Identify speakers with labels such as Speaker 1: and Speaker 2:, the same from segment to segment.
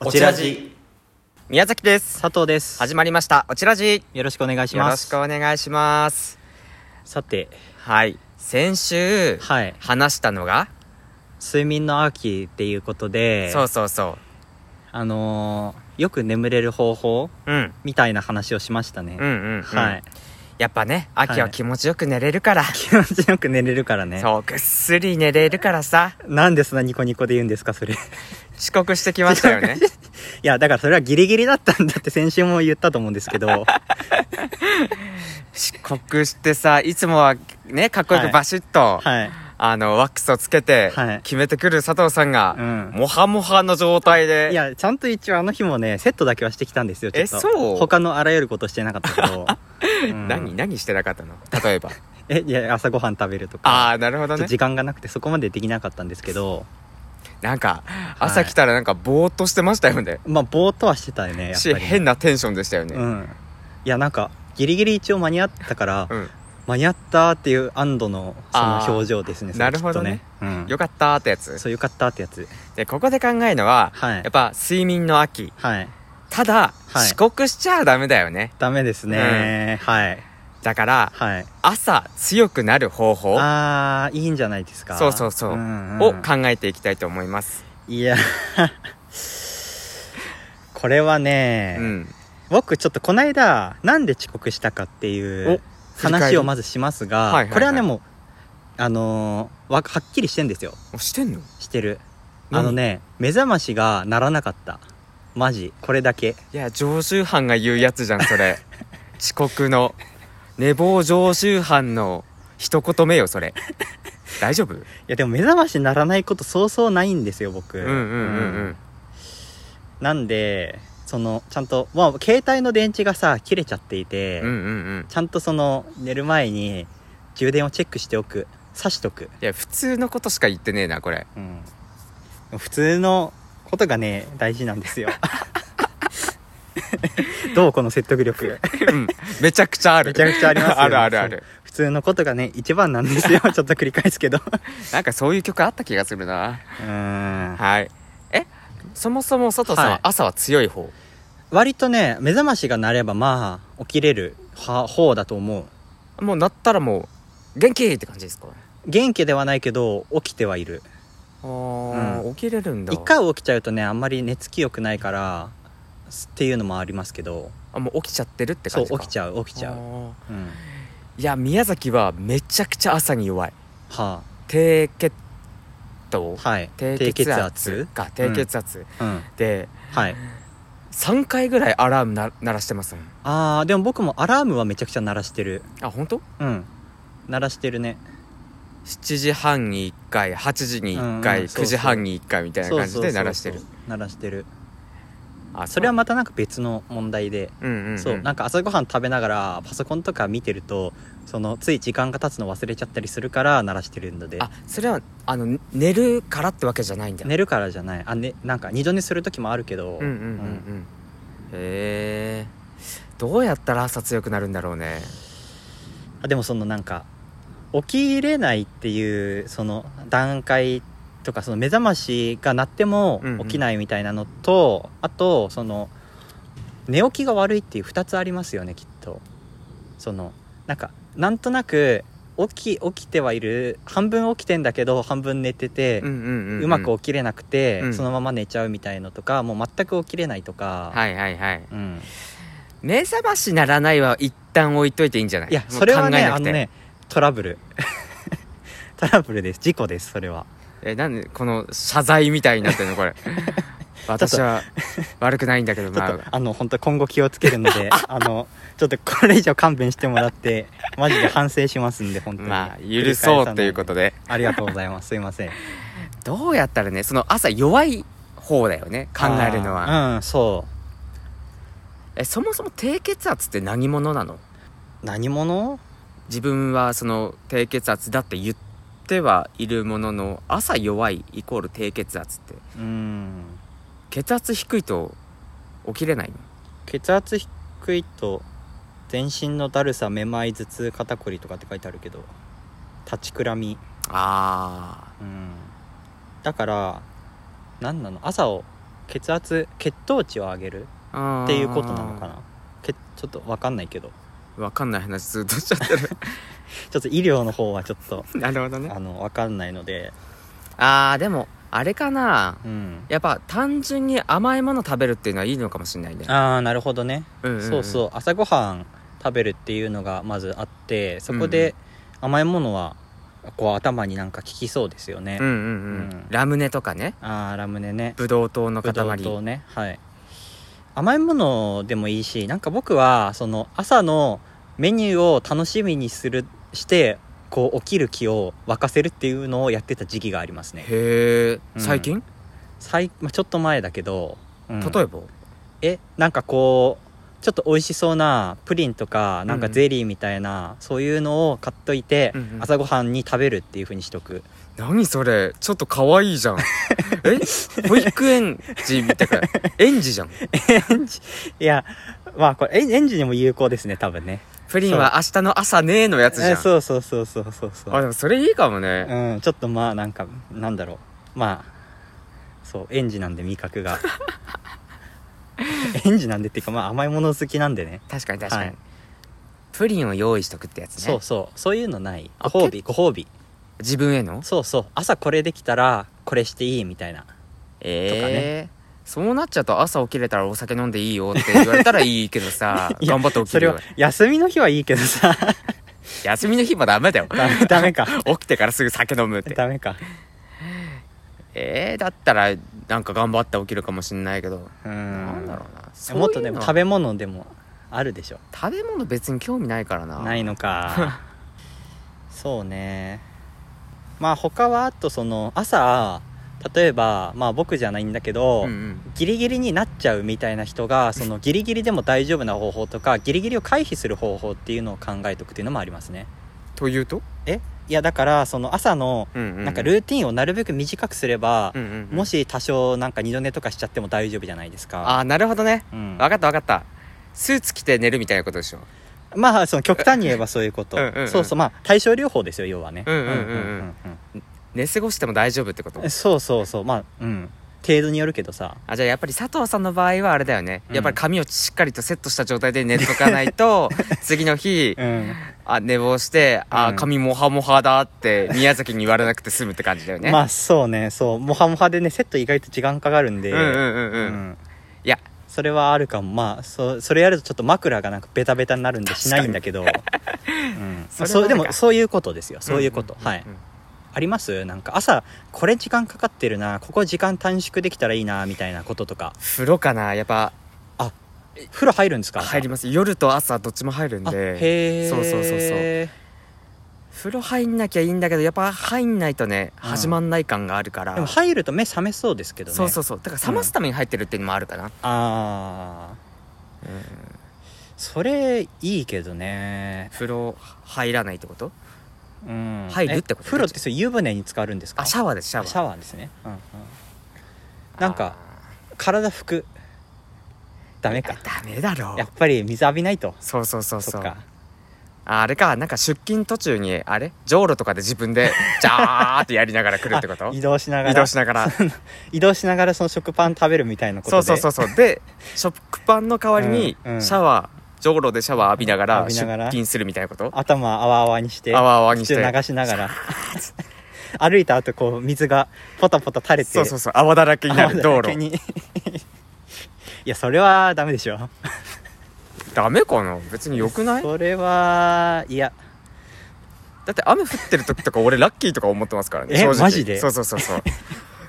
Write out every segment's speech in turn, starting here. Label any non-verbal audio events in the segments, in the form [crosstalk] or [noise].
Speaker 1: おちらじ。
Speaker 2: 宮崎です
Speaker 1: 佐藤です。
Speaker 2: 始まりましたおちらじ
Speaker 1: よろしくお願いし
Speaker 2: よ
Speaker 1: ま
Speaker 2: ろし
Speaker 1: す。
Speaker 2: くお願いします
Speaker 1: さて、
Speaker 2: はい先週
Speaker 1: はい。
Speaker 2: 話したのが、
Speaker 1: 睡眠の秋っていうことで、
Speaker 2: そうそうそ
Speaker 1: あのーよく眠れる方法
Speaker 2: ううん
Speaker 1: みたいな話をしましたね。
Speaker 2: うんうん、うん、
Speaker 1: はい。 [laughs]
Speaker 2: やっぱね秋は気持ちよく寝れるから、
Speaker 1: 気持ちよく寝れるからね。
Speaker 2: そうぐっすり寝れるからさ
Speaker 1: なんでそんなニコニコで言うんですか、それ。い
Speaker 2: 遅刻してきました
Speaker 1: [laughs]
Speaker 2: よね
Speaker 1: や、だからそれはギリギリだったんだって先週も言ったと思うんですけ
Speaker 2: [laughs]
Speaker 1: ど、
Speaker 2: 遅刻してさいつもはねかっこよ
Speaker 1: は
Speaker 2: く
Speaker 1: い
Speaker 2: バシッと、
Speaker 1: はい。
Speaker 2: あのワックスをつけて
Speaker 1: はい
Speaker 2: 決めてくる佐藤さんが、
Speaker 1: うん
Speaker 2: モハモハの状態で
Speaker 1: いや、ちゃんと一応あの日もね、セットだけはしてきたんですよ、ちょっと。
Speaker 2: えそう
Speaker 1: 他のあらゆることしてなかったけ
Speaker 2: [laughs]
Speaker 1: ど。うん
Speaker 2: 何何してなかったの例えば
Speaker 1: え、いや、朝ごはん食べるとか。
Speaker 2: ああなるほど
Speaker 1: ちょっと
Speaker 2: ね
Speaker 1: 時間がなくてそこまでできなかったんですけど
Speaker 2: なんか朝来たらなんかぼーっとしてましたよね、
Speaker 1: まあぼーっとはしてたよねやっぱ
Speaker 2: し
Speaker 1: りね
Speaker 2: 変なテンションでしたよ
Speaker 1: う
Speaker 2: ね
Speaker 1: んいやなんかギリギリ一応間に合ったから、
Speaker 2: うん、
Speaker 1: 間に合ったっていう安堵のその
Speaker 2: あー
Speaker 1: 表情ですねそれ
Speaker 2: なるほどね
Speaker 1: きっとね、うん、
Speaker 2: よかったーってやつ
Speaker 1: そうよかったってやつ
Speaker 2: でここで考えるのは、
Speaker 1: はい
Speaker 2: やっぱ睡眠の秋
Speaker 1: はい
Speaker 2: ただ、
Speaker 1: はい
Speaker 2: 遅刻しちゃダメだよね
Speaker 1: ダメですね、はい
Speaker 2: だから
Speaker 1: はい
Speaker 2: 朝強くなる方法を
Speaker 1: あーいいんじゃないですか
Speaker 2: そうそうそうん
Speaker 1: ん
Speaker 2: 考えていきたいと思います、
Speaker 1: いや [laughs] これはね、
Speaker 2: うん
Speaker 1: 僕ちょっとこの間なんで遅刻したかっていう
Speaker 2: お振り返
Speaker 1: 話
Speaker 2: り
Speaker 1: をまずしますが、
Speaker 2: はいはいはい
Speaker 1: これはねもうあのーわはっきりしてんですよ
Speaker 2: おしてんの
Speaker 1: してる
Speaker 2: 何
Speaker 1: あのね目覚ましが鳴らなかったマジこれだけ
Speaker 2: いや常習犯が言うやつじゃんそ
Speaker 1: [laughs]
Speaker 2: れ遅刻の寝坊常習犯の一言目よそれ大丈夫
Speaker 1: いやでも目覚まし鳴らないことそうそうないんですよ僕
Speaker 2: うんうんうんう
Speaker 1: うんんなんでそのちゃんと、まあ、携帯の電池がさ切れちゃっていて、
Speaker 2: うんうんうん
Speaker 1: ちゃんとその寝る前に充電をチェックしておく挿しとく
Speaker 2: いや普通のことしか言ってねえなこ
Speaker 1: [laughs]
Speaker 2: れ
Speaker 1: うん、普通のことがね大事なん
Speaker 2: [laughs]
Speaker 1: ですよどうこの説得力
Speaker 2: うんめちゃくちゃある
Speaker 1: めちゃくちゃありますよ
Speaker 2: [laughs] あるあるある
Speaker 1: 普通のことがね一番なんです
Speaker 2: [laughs]
Speaker 1: よちょっと繰り返すけど
Speaker 2: なんかそういう曲あった気がするな
Speaker 1: うん
Speaker 2: はいえそもそも佐藤さん
Speaker 1: は
Speaker 2: はい朝は強い方、
Speaker 1: 割とね目覚ましが鳴ればまあ起きれるは方だと思う
Speaker 2: もうなったらもう元気って感じですか
Speaker 1: 元気ではないけど起きてはいる
Speaker 2: あー、起きれるんだ
Speaker 1: 一回起きちゃうとねあんまり寝つき良くないからっていうのもありますけど
Speaker 2: あもう起きちゃってるって
Speaker 1: そ
Speaker 2: 感
Speaker 1: う
Speaker 2: じか
Speaker 1: 起きちゃう起きちゃ
Speaker 2: あ
Speaker 1: う、
Speaker 2: ー
Speaker 1: うん、
Speaker 2: いや宮崎はめちゃくちゃ朝に弱い
Speaker 1: は
Speaker 2: 低血
Speaker 1: あ
Speaker 2: 糖
Speaker 1: はい
Speaker 2: 低血圧か低血圧、
Speaker 1: うん
Speaker 2: で
Speaker 1: はい
Speaker 2: 3回ぐらいアラームな鳴らしてますもん
Speaker 1: あーでも僕もアラームはめちゃくちゃ鳴らしてる
Speaker 2: あ本当
Speaker 1: うん鳴らしてるね
Speaker 2: 7時半に1回8時に1回、
Speaker 1: うんうんそうそう
Speaker 2: 9時半に1回みたいな感じで鳴らしてる
Speaker 1: そうそうそう鳴らしてる
Speaker 2: あ
Speaker 1: それはまたなんか別の問題で、
Speaker 2: うんうん、うん、
Speaker 1: そうなんか朝ごはん食べながらパソコンとか見てるとそのつい時間が経つの忘れちゃったりするから鳴らしてるので
Speaker 2: あそれはあの寝るからってわけじゃないんだよ
Speaker 1: 寝るからじゃないあ、ね、なんか二度寝する時もあるけど、
Speaker 2: うんうんうんうんへえどうやったら朝強くなるんだろうね
Speaker 1: あでもそのなんか起きれないっていうその段階とかその目覚ましが鳴っても
Speaker 2: うんうん
Speaker 1: 起きないみたいなのと、あとその寝起きが悪いっていう2つありますよねきっとそのなんかなんとなく起き起きてはいる半分起きてんだけど半分寝てて、
Speaker 2: う
Speaker 1: うん
Speaker 2: うんうん、
Speaker 1: まく
Speaker 2: は
Speaker 1: 起きれなくて、
Speaker 2: うん
Speaker 1: そのまま寝ちゃうみたいのとかもう全く起きれないとか、
Speaker 2: いはいはい
Speaker 1: うん、
Speaker 2: 目覚ましならないは一旦置いといていいんじゃない
Speaker 1: いや
Speaker 2: もう
Speaker 1: それはね
Speaker 2: 考えな
Speaker 1: あ
Speaker 2: く
Speaker 1: の
Speaker 2: て
Speaker 1: ねトラブル [laughs] トラブルです事故ですそれは
Speaker 2: えなんでこの謝罪みたいになってるの
Speaker 1: [laughs]
Speaker 2: これ私は悪くないんだけど
Speaker 1: ちょ
Speaker 2: ま
Speaker 1: っと
Speaker 2: あ
Speaker 1: あの本当今後気をつけるの
Speaker 2: [laughs]
Speaker 1: であのちょっとこれ以上勘弁してもらってマジで反省しますんで本当に
Speaker 2: まあ許そうということとで
Speaker 1: ありがとうございますすいま
Speaker 2: [laughs]
Speaker 1: せん考
Speaker 2: どうやったらねその朝弱い方だよね考えるのは
Speaker 1: うんそ
Speaker 2: えそもそも低血圧って何者なの
Speaker 1: う何者
Speaker 2: 自分はその低血圧だって言ってはいるものの朝弱いイコール低血圧って
Speaker 1: うん
Speaker 2: 血圧低いと起きれないの
Speaker 1: 血圧低いと全身のだるさめまい頭痛肩こりとかって書いてあるけど立ちくらみ
Speaker 2: あ
Speaker 1: うんだから何なの朝を血圧血糖値を上げる
Speaker 2: っ
Speaker 1: っていうことなのかなけちょっと分かんないけど
Speaker 2: わかんない話ずっとしちゃ
Speaker 1: [laughs]
Speaker 2: ってる
Speaker 1: ちょっと医療の方はちょっと
Speaker 2: なるほどね
Speaker 1: あの分かんないので
Speaker 2: あーでもあれかな
Speaker 1: うん
Speaker 2: やっぱ単純に甘いもの食べるっていうのはいいのかもしれないね
Speaker 1: ああなるほどね、
Speaker 2: うんうんん
Speaker 1: そうそう朝ごはん食べるっていうのがまずあってそこで甘いものはこう頭になんか効きそうですよね、
Speaker 2: うんうんうん、
Speaker 1: うん
Speaker 2: ラムネとかね
Speaker 1: ああラムネね
Speaker 2: ブドウ糖の
Speaker 1: ぶ
Speaker 2: 塊
Speaker 1: どうとねはい甘いものでもいいしなんか僕はその朝のメニューを楽しみにするしてこう起きる気を沸かせるっていうのをやってた時期がありますね
Speaker 2: へえ
Speaker 1: うん
Speaker 2: 最近、
Speaker 1: 最、まあ、ちょっと前だけど、うん
Speaker 2: 例えば
Speaker 1: えなんかこうちょっと美味しそうなプリンとかなん
Speaker 2: う
Speaker 1: か
Speaker 2: んうん
Speaker 1: ゼリーみたいな、そういうのを買っといて、
Speaker 2: うんうん
Speaker 1: 朝ごはんに食べるっていうふうにしとく
Speaker 2: 何それちょっと可愛いじ
Speaker 1: [laughs]
Speaker 2: ゃんえ保育園児みたいな園児じゃん
Speaker 1: いやまあこれえ園児にも有効ですね多分ね
Speaker 2: プリンは明日の朝ねーのやつじゃ
Speaker 1: え
Speaker 2: ん
Speaker 1: そうそうそうそうそうそう
Speaker 2: あでもそれいいかもね、
Speaker 1: うん、ちょっとまあなんかなんだろうまあそう園児なんで味覚
Speaker 2: [laughs]
Speaker 1: が園児なんでっていうかまあ甘いもの好きなんでね
Speaker 2: 確かに確かに、
Speaker 1: はい
Speaker 2: プリンを用意しとくってやつね
Speaker 1: そうそうそういうのない
Speaker 2: あ
Speaker 1: ご褒美ご褒美
Speaker 2: 自分への
Speaker 1: そうそう朝これできたらこれしていいみたいな
Speaker 2: ええそうなっちゃうと朝起きれたらお酒飲んでいいよって言われたらいいけど
Speaker 1: [laughs]
Speaker 2: さ
Speaker 1: いや
Speaker 2: 頑張って起き
Speaker 1: それ
Speaker 2: るよ
Speaker 1: は休みの日はいいけどさ
Speaker 2: [laughs] 休みの日もダメだよ
Speaker 1: ダメダメ
Speaker 2: [laughs]
Speaker 1: か
Speaker 2: 起きてからすぐ酒飲むって
Speaker 1: ダメか
Speaker 2: えー、だったらなんか頑張って起きるかもしんないけど、
Speaker 1: うん
Speaker 2: なんだろうなそういう
Speaker 1: もっとでも
Speaker 2: の
Speaker 1: 食べ物でもあるでしょ
Speaker 2: 食べ物別に興味ないからな
Speaker 1: ないのか [laughs] そうねまあ他はあとその朝例えばまあ僕じゃないんだけど、
Speaker 2: うんうん
Speaker 1: ギリギリになっちゃうみたいな人がそのギリギリでも大丈夫な方法とかギリギリを回避する方法っていうのを考えとくっていうのもありますね
Speaker 2: というと、
Speaker 1: いやだからその朝の
Speaker 2: うんうんうん
Speaker 1: なんかルーティンをなるべく短くすれば
Speaker 2: う、んうんうん
Speaker 1: もし多少なんか二度寝とかしちゃっても大丈夫じゃないですか
Speaker 2: ああなるほどね
Speaker 1: うん、
Speaker 2: 分かった分かったスーツ着て寝るみたいなことでしょ
Speaker 1: まあその極端に言えばそういうこと
Speaker 2: [laughs] うんうんうん
Speaker 1: そうそうまあ対症療法ですよ要はね
Speaker 2: うんうんうんうん寝過ごしても大丈夫ってこと
Speaker 1: うんそうそうそうまあうん程度によるけどさ
Speaker 2: あじゃあやっぱり佐藤さんの場合はあれだよね、
Speaker 1: うん
Speaker 2: やっぱり髪をしっかりとセットした状態で寝とかない
Speaker 1: [laughs]
Speaker 2: と次の日
Speaker 1: うん
Speaker 2: あ寝坊して「あ
Speaker 1: うん
Speaker 2: 髪モハモハだ」って宮崎に言われなくて済むって感じだよ
Speaker 1: [laughs]
Speaker 2: ね、
Speaker 1: まあそうねそうモハモハでねセット意外と時間かかるんで
Speaker 2: うんうんうんう、
Speaker 1: うんん
Speaker 2: いや
Speaker 1: それはあるかもまあそそれやるとちょっと枕がなんかベタベタになるんでしないんだ
Speaker 2: [laughs]
Speaker 1: けど、うん、
Speaker 2: そ
Speaker 1: ま
Speaker 2: れは
Speaker 1: あそうで
Speaker 2: なん
Speaker 1: も
Speaker 2: か
Speaker 1: そういうことですよそういうこと、
Speaker 2: んんん
Speaker 1: はいありますなんか朝これ時間かかってるなここ時間短縮できたらいいなみたいなこととか
Speaker 2: 風呂かなやっぱ
Speaker 1: 風呂入るんですか
Speaker 2: 入り
Speaker 1: ま
Speaker 2: ます夜と朝どっちも入るん
Speaker 1: あ
Speaker 2: で
Speaker 1: へえ
Speaker 2: そうそうそう
Speaker 1: そう
Speaker 2: 風呂入んなきゃいいんだけどやっぱ入んないとね
Speaker 1: うん
Speaker 2: 始まんない感があるから、
Speaker 1: でも入ると目覚めそうですけどね
Speaker 2: そうそうそうだから冷ますために入ってるっていうのもあるかな、
Speaker 1: ああ
Speaker 2: うん
Speaker 1: それいいけどね
Speaker 2: 風呂入らないってこと
Speaker 1: うん
Speaker 2: 入るってこと
Speaker 1: え風呂ってそう湯船に浸かるんですか
Speaker 2: あシャワーですシャワー
Speaker 1: シャワーですね、うんうん、なんか体拭くダメ
Speaker 2: あ
Speaker 1: か
Speaker 2: ーダメだろ
Speaker 1: やっぱり水浴びないと
Speaker 2: そうそうそうそ
Speaker 1: っ
Speaker 2: う
Speaker 1: か
Speaker 2: ああれかなんか出勤途中にあれじょうろとかで自分
Speaker 1: [laughs]
Speaker 2: でジャーってやりながら来るってこと
Speaker 1: 移動しながら
Speaker 2: 移動しな
Speaker 1: [laughs]
Speaker 2: がら
Speaker 1: 移動しながらその食パン食べるみたいなこと
Speaker 2: そう
Speaker 1: で
Speaker 2: そうそうそうで食パンの代わりに
Speaker 1: うんうん
Speaker 2: シャワーじょうろでシャワー浴びながら
Speaker 1: 浴び
Speaker 2: 出
Speaker 1: ながら
Speaker 2: 勤するみたいなこと
Speaker 1: 頭あわあわにして
Speaker 2: あわあわにし
Speaker 1: 口
Speaker 2: て
Speaker 1: を流しながら [laughs] 歩いた後こう水がポタポタ垂れて
Speaker 2: そうそうそう泡だらけになる道
Speaker 1: [laughs] 泡だらけ
Speaker 2: 路
Speaker 1: にいやそれはダメでしょ
Speaker 2: ダメかな別によくないだ
Speaker 1: それはいや
Speaker 2: って雨降ってる時とか俺ラッキーとか思ってますからね
Speaker 1: え
Speaker 2: 正直
Speaker 1: マジで
Speaker 2: そうそうそうそう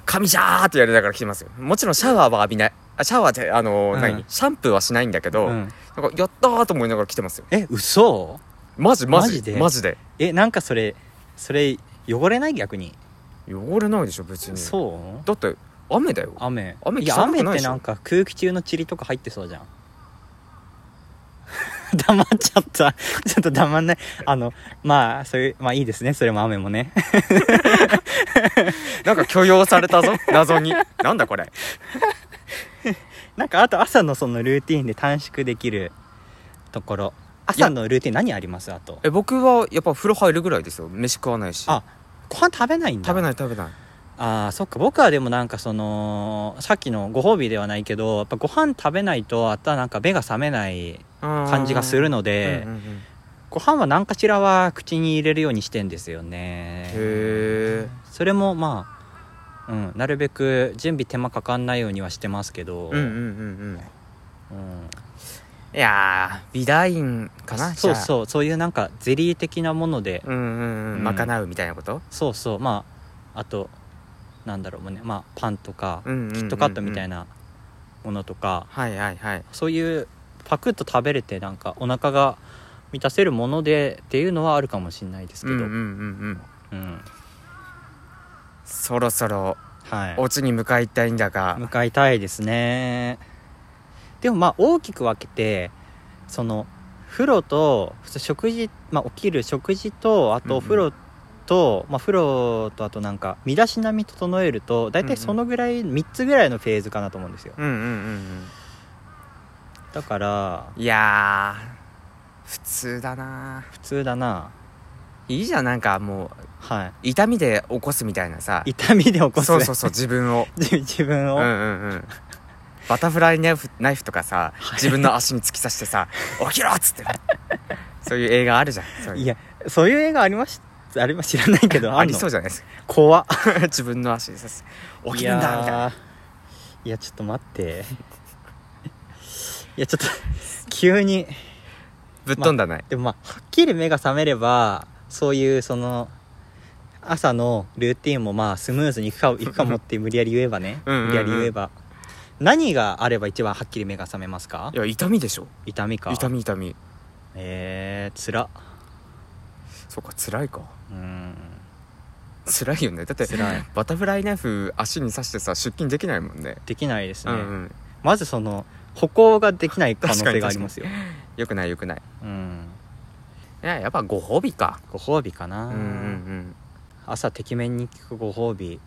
Speaker 2: 髪ジャーってやりながら来てますよもちろんシャワーは浴びないあシャワーってあのー
Speaker 1: うん
Speaker 2: 何シャンプーはしないんだけど、
Speaker 1: うん
Speaker 2: なんかやったーと思いながら来てますよ
Speaker 1: え嘘
Speaker 2: マジマ
Speaker 1: マ
Speaker 2: ジ
Speaker 1: ジで
Speaker 2: マジで
Speaker 1: えなんかそれそれ汚れない逆に、
Speaker 2: 汚れないでしょ別に
Speaker 1: そう
Speaker 2: だって雨だよ
Speaker 1: 雨
Speaker 2: 雨
Speaker 1: いや
Speaker 2: 汚くない
Speaker 1: 雨
Speaker 2: で
Speaker 1: って
Speaker 2: しょ
Speaker 1: なんか空気中の塵とか入ってそうじゃん [laughs] 黙っちゃった [laughs] ちょっと黙んないあのまあそういうまあいいですねそれも雨もね [laughs]
Speaker 2: なんか許容されたぞ [laughs] 謎になんだこれ
Speaker 1: なんかあと朝のそのルーティンで短縮できるところ朝のルーティン何ありますあと
Speaker 2: え僕はやっぱ風呂入るぐらいですよ飯食わないし
Speaker 1: あご飯食べないんだ
Speaker 2: 食べないい食べない
Speaker 1: ああそっか僕はでもなんかそのさっきのご褒美ではないけどやっぱご飯食べないとあとはなんか目が覚めない感
Speaker 2: 感
Speaker 1: じがする
Speaker 2: の
Speaker 1: ので、
Speaker 2: うんうんうん
Speaker 1: ご飯は何かしらは口に入れるようにしてんですよね
Speaker 2: へ
Speaker 1: それもまあ、うん、なるべく準備手間かかんないようにはしてますけど、
Speaker 2: えうんうんうんうん
Speaker 1: うん
Speaker 2: いやー美大院かな
Speaker 1: そう
Speaker 2: う
Speaker 1: そうそういうなんかゼリー的なもので、
Speaker 2: うんう
Speaker 1: う
Speaker 2: んうんん賄うみたいなこと
Speaker 1: そうそうまああとなんだろうね、まあ、パンとか、
Speaker 2: うんうんうんうん
Speaker 1: キットカットみたいなものとか
Speaker 2: はいはいはい
Speaker 1: そういうパクッと食べれてなんかお腹が満たせるものでっていうのはあるかもしれないですけ
Speaker 2: うん
Speaker 1: ど、
Speaker 2: うんう
Speaker 1: うん
Speaker 2: んうんそろそろ
Speaker 1: はい
Speaker 2: オチに向かいたいんだが
Speaker 1: 向かいたいですねでもまあ大きく分けてその風呂と普通食事、まあ、起きる食事とあ
Speaker 2: うん
Speaker 1: と
Speaker 2: うん
Speaker 1: 風呂と、まあ、風呂とあとなんか身だしなみ整えると大体そのぐらい、3つぐらいのフェーズかなと思うんですよ
Speaker 2: うんうんうん
Speaker 1: だから
Speaker 2: うんいやー普通だな
Speaker 1: 普通だない
Speaker 2: いじゃんなんかも
Speaker 1: は
Speaker 2: う痛みで起こすみたいなさ
Speaker 1: い痛みで起こす
Speaker 2: そうそうそう自分
Speaker 1: [laughs]
Speaker 2: を
Speaker 1: 自自分
Speaker 2: うん
Speaker 1: を、
Speaker 2: うんうんバタフライナイフナイフとかさ自分の足に突き刺し
Speaker 1: [laughs]
Speaker 2: てさ「起きろ!」っつってそういう映画あるじゃんそういう
Speaker 1: いやそういう映画ありましありま知らないけど
Speaker 2: [laughs] ありそ
Speaker 1: う
Speaker 2: うじゃないですか
Speaker 1: 怖っ
Speaker 2: 自分の足に刺す起きるんだみたい
Speaker 1: や
Speaker 2: な
Speaker 1: ーいやちょっと待っていやちょっと急に
Speaker 2: ぶっ飛んだない、
Speaker 1: でもまあはっきり目が覚めればそういうその朝のルーティンもまあスムーズにいくかいくかもって無理やり言えばね
Speaker 2: [laughs] うんうんうん
Speaker 1: 無理やり言えば何があれば一番はっきり目が覚めますか
Speaker 2: いや痛みでしょ
Speaker 1: 痛みか
Speaker 2: 痛み痛み
Speaker 1: えー、つら
Speaker 2: そうか辛いか [laughs]
Speaker 1: うーん
Speaker 2: 辛いよねだって
Speaker 1: 辛い
Speaker 2: バタフライナイフ足に刺してさ出勤できないもんね
Speaker 1: できないです
Speaker 2: う
Speaker 1: ね、
Speaker 2: んうん
Speaker 1: まずその歩行ができない可能性がありますよ
Speaker 2: よくないよくない
Speaker 1: うん
Speaker 2: いややっぱご褒美か
Speaker 1: ご褒美かな、
Speaker 2: うんうんうん
Speaker 1: 朝てきめんに聞くご褒美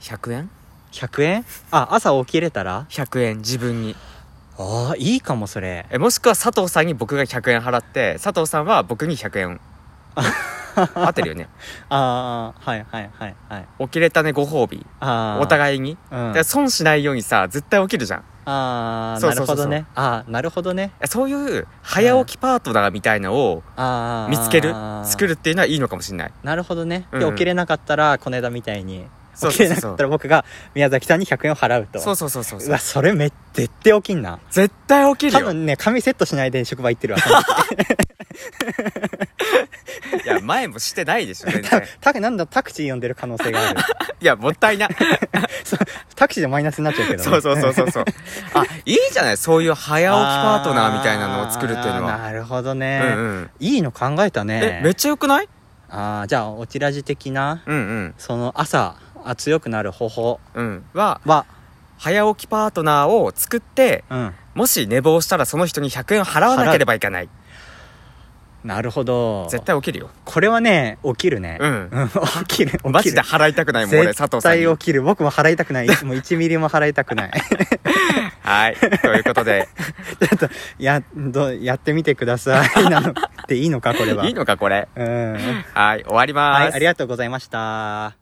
Speaker 2: 100円
Speaker 1: 100円あ朝起きれたら
Speaker 2: 100円自分に
Speaker 1: ああいいかもそれ
Speaker 2: えもしくは佐藤さんに僕が100円払って佐藤さんは僕に100円
Speaker 1: [laughs]
Speaker 2: 合ってるよね
Speaker 1: ああはいはいはいはい
Speaker 2: 起きれたねご褒美
Speaker 1: ああ
Speaker 2: お互い
Speaker 1: い、
Speaker 2: に
Speaker 1: う
Speaker 2: だ
Speaker 1: ん、
Speaker 2: から損しないようにさ絶対起きるじゃんい
Speaker 1: ああ
Speaker 2: そう
Speaker 1: な
Speaker 2: そ
Speaker 1: る
Speaker 2: うそ
Speaker 1: ほ
Speaker 2: うそう
Speaker 1: どねああなるほどね
Speaker 2: やそういう早起きパートナーみたいのを
Speaker 1: ああ
Speaker 2: 見つける
Speaker 1: ああ
Speaker 2: 作るっていうのはいいのかもしれない
Speaker 1: なるほどね、
Speaker 2: う
Speaker 1: で
Speaker 2: ん
Speaker 1: 起きれなかったらこの間みたいに
Speaker 2: そ
Speaker 1: 起き
Speaker 2: うそ
Speaker 1: れ
Speaker 2: うそう
Speaker 1: な
Speaker 2: そ
Speaker 1: か
Speaker 2: う
Speaker 1: ったら僕が宮崎さんに100円を払うと
Speaker 2: そうそうそうそうそう
Speaker 1: わそれめっ絶対起きんな
Speaker 2: 絶対起き
Speaker 1: 多
Speaker 2: るよ
Speaker 1: 分ね髪セットしないで職場行って
Speaker 2: [laughs]
Speaker 1: るわ
Speaker 2: いや前もしてないでしょ全然
Speaker 1: タクなんだタクシー呼んでる可能性がある
Speaker 2: いやもった
Speaker 1: [laughs]
Speaker 2: いな
Speaker 1: タクシーでマイナスになっちゃうけど、ね、
Speaker 2: そうそうそうそうそうあいいじゃないそういう早起きパートナーみたいなのを作るっていうの
Speaker 1: あー
Speaker 2: は
Speaker 1: なるほど
Speaker 2: う
Speaker 1: ね、
Speaker 2: んうん
Speaker 1: いいの考えたね
Speaker 2: えめっちゃよくない
Speaker 1: あーじゃあオチラジ的な
Speaker 2: うんうん
Speaker 1: その朝あ強くなる方法
Speaker 2: うんは
Speaker 1: は
Speaker 2: 早起きパートナーを作って
Speaker 1: うん
Speaker 2: もし寝坊したらその人に100円払わなければいけない
Speaker 1: なるほど
Speaker 2: 絶対起きるよ
Speaker 1: これはね起きるね
Speaker 2: うん
Speaker 1: ん、起きる起きる
Speaker 2: [laughs] マジで払いたくないもん俺佐
Speaker 1: 絶
Speaker 2: 藤さん
Speaker 1: 対
Speaker 2: に
Speaker 1: [laughs] 起きる僕も払いたくないもう1ミリも払いたくない [laughs]
Speaker 2: はいということで
Speaker 1: やどやってみてくださいな
Speaker 2: [laughs]
Speaker 1: のでいいのかこれはい
Speaker 2: いのかこれ
Speaker 1: うん
Speaker 2: はい終わりま
Speaker 1: は
Speaker 2: ー
Speaker 1: い
Speaker 2: す
Speaker 1: ありがとうございました